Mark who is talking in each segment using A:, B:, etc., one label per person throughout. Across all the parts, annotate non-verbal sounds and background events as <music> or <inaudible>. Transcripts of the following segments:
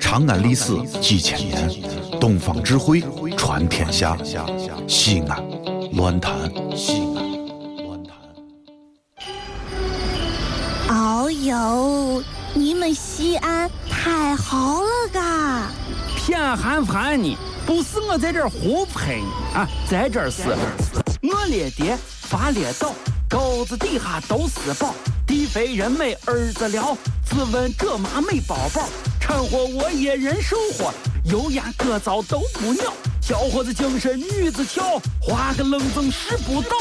A: 长安历史几千年，东方智慧传天下。西安，乱谈西安。乱谈。
B: 哦呦，你们西安太好了嘎！
C: 偏寒寒你，不是我在这儿胡喷你啊，在这儿是，我列爹发列倒，沟子底下都是宝，地肥人美儿子了，自问这妈没宝宝，掺和我也人生活，油盐各糟都不尿，小伙子精神女子俏，花个愣风使不倒。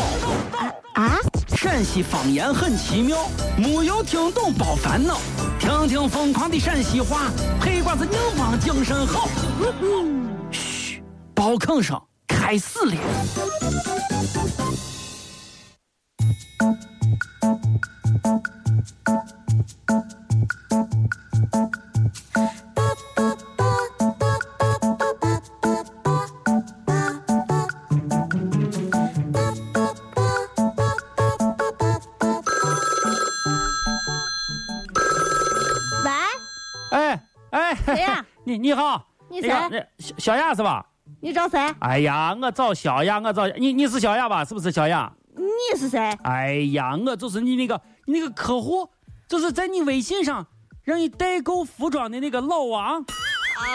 B: 啊，
C: 陕西方言很奇妙，没有听懂别烦恼，听听疯狂的陕西话，黑瓜子硬邦精神好。嘘，包吭声开始了。
B: 喂，
C: 哎哎，
B: 谁呀
C: 你你好，
B: 你
C: 那个
B: 谁
C: 那小小雅是吧？
B: 你找谁？
C: 哎呀，我找小雅，我找你，你是小雅吧？是不是小雅？
B: 你是谁？
C: 哎呀，我就是你那个你那个客户，就是在你微信上让你代购服装的那个老王。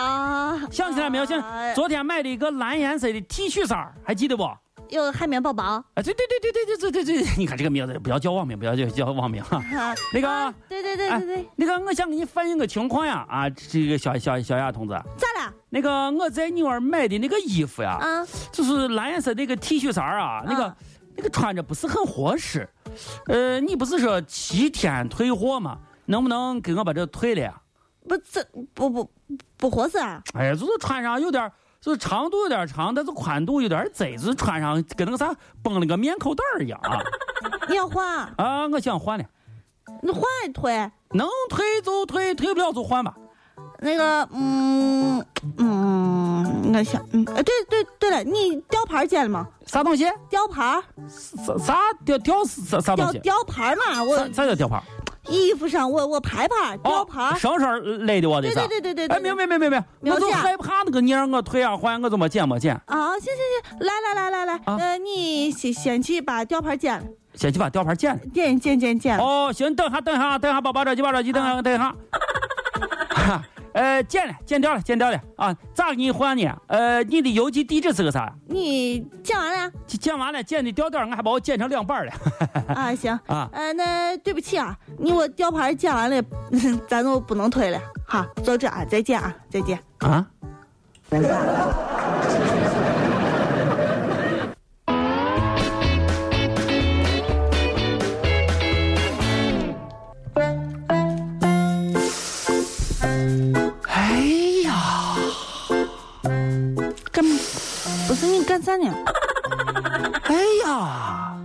B: 啊，
C: 想起来没有？想
B: 啊
C: 昨天买了一个蓝颜色的 T 恤衫儿，还记得不？啊，
B: 有海绵宝宝。
C: 对对对对对对对对对，你看这个名字，不要叫网名，不要叫叫网名哈。
B: 啊
C: 那个
B: 啊对对对对对，
C: 那个，我想给你反映个情况呀，啊，这个小小小雅同志，
B: 咋了？
C: 那个我在女儿买的那个衣服呀，
B: 啊，
C: 就是蓝颜色那个 T 恤衫儿啊，那个
B: 啊
C: 那个穿着不是很合适。呃，你不是说七天退货吗？能不能给我把这退了呀？
B: 不，这不不不合适啊！
C: 哎呀，就是穿上有点儿，就是长度有点儿长，但是宽度有点儿窄，就是穿上跟那个啥绷了个面口袋儿一样 <laughs> 啊！
B: 你要换啊，
C: 啊，我想换了，
B: 你换一推。
C: 能退就退，退不了就换吧。
B: 那个，嗯嗯，我想，嗯，哎，对对对了，你吊牌见了吗？
C: 啥东西？
B: 吊牌，
C: 啥啥吊吊啥啥东
B: 吊
C: 西？
B: 吊牌嘛，
C: 啥
B: 我
C: 啥叫吊牌？
B: 衣服上我我牌牌
C: 哦
B: 吊牌，
C: 绳绳儿勒的我的
B: 对
C: 是吧
B: 对对对对对，
C: 哎，明白明白明白，
B: 明
C: 我就
B: 白
C: 害怕那个你让我退啊换，我怎么捡没捡？
B: 啊，行行行，来来来来来，
C: 啊
B: 呃，你先先去把吊牌剪了，
C: 先去把吊牌捡了。
B: 剪剪剪
D: <laughs>
B: 剪了，
C: 哦，行，等下等下等下，宝宝着急宝着急，等
D: 啊
C: 下等下。哈，呃，见了，见掉了，见掉了啊！咋给你换呢？呃，你的邮寄地址是个啥？
B: 你剪完
C: <laughs>
B: 了
C: 剪剪完了，剪的吊带儿，我还把我剪成两半儿了
B: 啊？行，
C: 啊！
B: 呃，那对不起啊，你我吊牌剪完了， <laughs> 咱就不能退了，好，就这啊，再见啊，再见。
C: 啊！哎呀，
B: 干，不是你干啥呢？
C: 哎呀，
B: 啊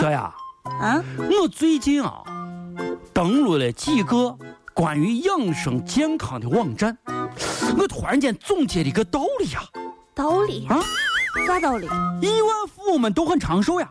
C: 小雅。
B: 啊？
C: 我最近啊，登录了几个关于养生健康的网站，我突然间总结了一个道理呀、
B: 道理
C: 啊，
B: 啥道理？
C: 亿万富翁们都很长寿呀。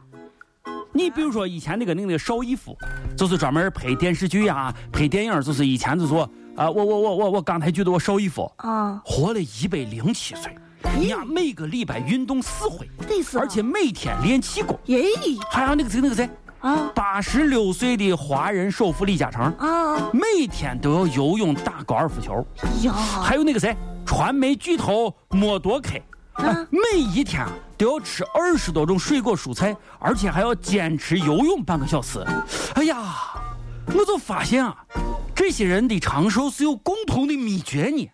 C: 你比如说以前那个那个邵逸夫，就是专门拍电视剧呀、啊拍电影，就是以前就说啊、我我我我我刚才觉得我邵逸夫
B: 啊，
C: 活了一百零七岁，人家每个礼拜运动四回，
B: 得是啊，
C: 而且每天练气功，
B: 耶
C: 还有那个谁那个谁，
B: 啊
C: 八十六岁的华人首富李嘉诚。
B: 啊
C: 每天都要游泳、打高尔夫球，
B: 呀
C: 还有那个谁，传媒巨头默多克，
B: 啊
C: 每一天啊都要吃二十多种水果蔬菜，而且还要坚持游泳半个小时。哎呀，我就发现啊，这些人的长寿是有共同的秘诀呢。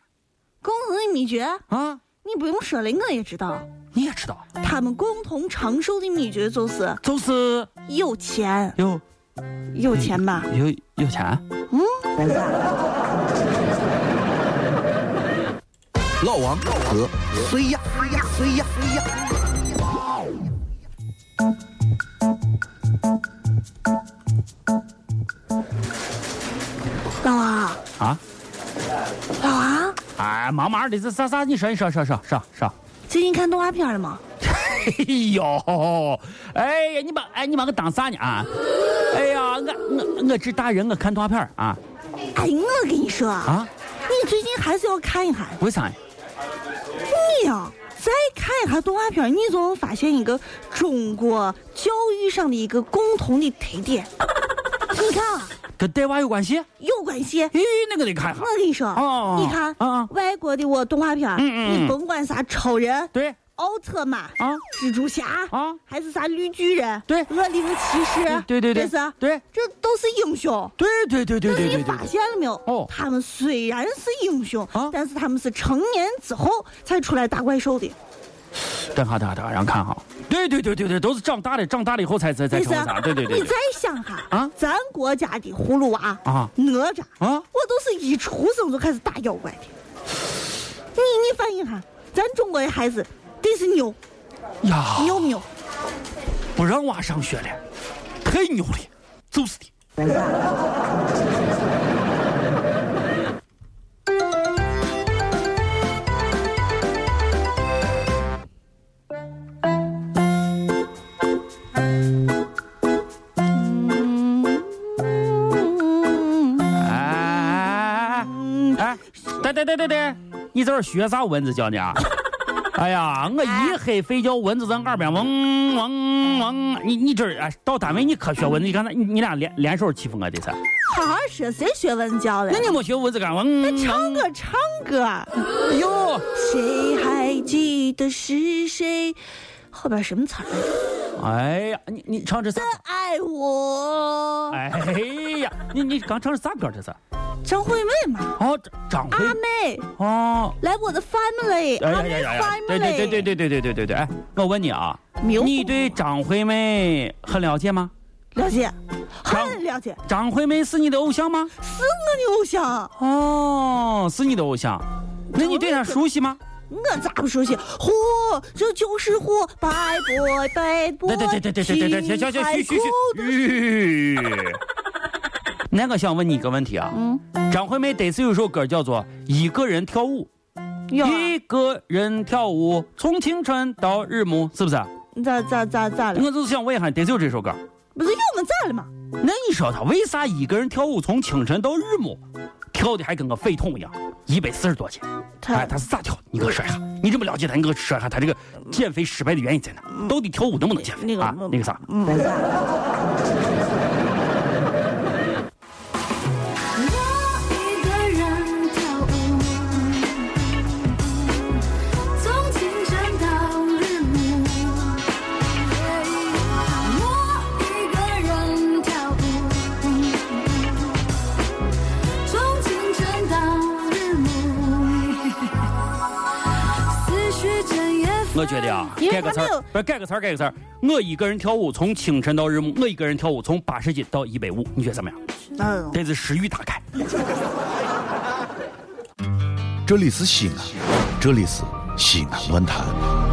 B: 共同的秘诀，
C: 啊，
B: 你不用说了，我也知道。
C: 你也知道，
B: 他们共同长寿的秘诀就是
C: 就是
B: 有钱，
C: 有
D: 嗯
B: 有钱吧？
C: 有有钱。
E: 老王和谁呀？谁呀？谁呀？谁呀？
B: 老王，
C: 啊，
B: 老王，
C: 哎，忙忙的，这啥啥？你说，你说，说说说说。
B: 最近看动画片了吗？
C: 哎呦，哎呀，你把哎你把我当啥呢啊？哎呀，我我我这大人我看动画片儿啊
B: 哎，我跟你说，
C: 啊！
B: 你你最近还是要看一下。
D: 为啥呀？
B: 你呀、再看一下动画片儿，你就能发现一个中国教育上的一个共同的特
D: <laughs>
B: 点。你看啊，
D: 跟带娃有关系？
B: 有关系。
D: 咦，那个得看哈
B: 我。跟你说，
D: 哦
B: 你看，
D: 嗯嗯
B: 外国的我动画片儿，
D: 嗯嗯
B: 你甭管啥超人、
D: 对
B: 奥特曼、
D: 啊
B: 蜘蛛侠
D: 啊
B: 还是啥绿巨人，
D: 对
B: 恶灵骑士，
D: 对对对
B: 这是，
D: 对
B: 这都是英雄。
D: 对对对对
B: 但是
D: 对对
B: 你
D: 对
B: 发。现了没有？
D: 哦
B: 他们虽然是英雄，
D: 啊
B: 但是他们是成年之后才出来打怪兽的。
D: 等下等下等下，让看哈。对对对对对，都是长大了，长大了以后才才才
B: 意
D: 成
B: 思啊
D: 为啥？对对对
B: 你再想哈
D: 啊
B: 咱国家的葫芦娃
D: 啊
B: 哪吒
D: 啊
B: 我都是一出生就开始打妖怪的。你你反映哈，咱中国的孩子真是牛
D: 对。呀，
B: 牛不牛？
D: 不让娃上学了，太牛了，就是的。哎哎哎，等等等等等，你在这儿学啥蚊子叫你啊？哎 <laughs> 呀，我一黑非叫蚊子在耳边嗡嗡嗡，你你这儿哎，到单位你可学蚊子，你刚才你你俩联联手欺负我啊的噻？
B: 好好说，谁学文教了
D: 那？你没学蚊子干嗯嗡嗡？
B: 唱歌唱
D: 哎
B: 歌，
D: 哟，
B: 谁还记得是谁？后边什么词儿？
D: 哎呀，你你唱这啥？
B: 爱我，
D: 哎呀，你你刚唱的啥歌这是？
B: 张惠妹嘛，
D: 哦，张
B: 阿
D: 张惠
B: 妹，
D: 哦。
B: 来我的 family，阿
D: 哎呀呀
B: 妹
D: 呀呀！对
B: family，
D: 对对对对对对对对！哎，我问你啊，
B: 牛
D: 你对张惠妹很了解吗？
B: 了解，
D: 张
B: 很了解，
D: 张惠妹是你的偶像吗？
B: 是我的偶像，
D: 哦，是你的偶像，那你对她熟悉吗？
B: 我咋不熟悉？嚯，这就是嚯，白波白波，
D: 对对对对对对对对，行行行，去去去。 <laughs> 那我想问你一个问题啊，
B: 嗯
D: 张惠妹这次有首歌叫做《一个人跳舞》，
B: 啊
D: 一个人跳舞，从清晨到日暮，是不是？
B: 咋咋咋咋了？
D: 我就是想问一下，这就这首歌，
B: 不是有我们咋了嘛？
D: 那你说她为啥一个人跳舞从清晨到日暮，跳的还跟个废桶一样，一百四十多斤？
B: 嗯他
D: 哎，他是咋跳的？你给我说一下。你这么了解他，你给我说一下他这个减肥失败的原因在哪？到底跳舞能不能减肥
B: 嗯那个
D: 啊？那个啥，
F: 我一个人跳舞，从清晨到日暮。我一个人跳舞，从清晨到日暮。思绪整夜。
D: 我觉得啊，
B: 因为
D: 改个词
B: 他没
D: 儿
B: 有，
D: 不是改个词儿，改个词儿。我一个人跳舞从清晨到日暮，我一个人跳舞从八十斤到一百五，你觉得怎么样？
B: 嗯，
D: 这是食欲大开。
A: 这里是西安，这里是西安论坛。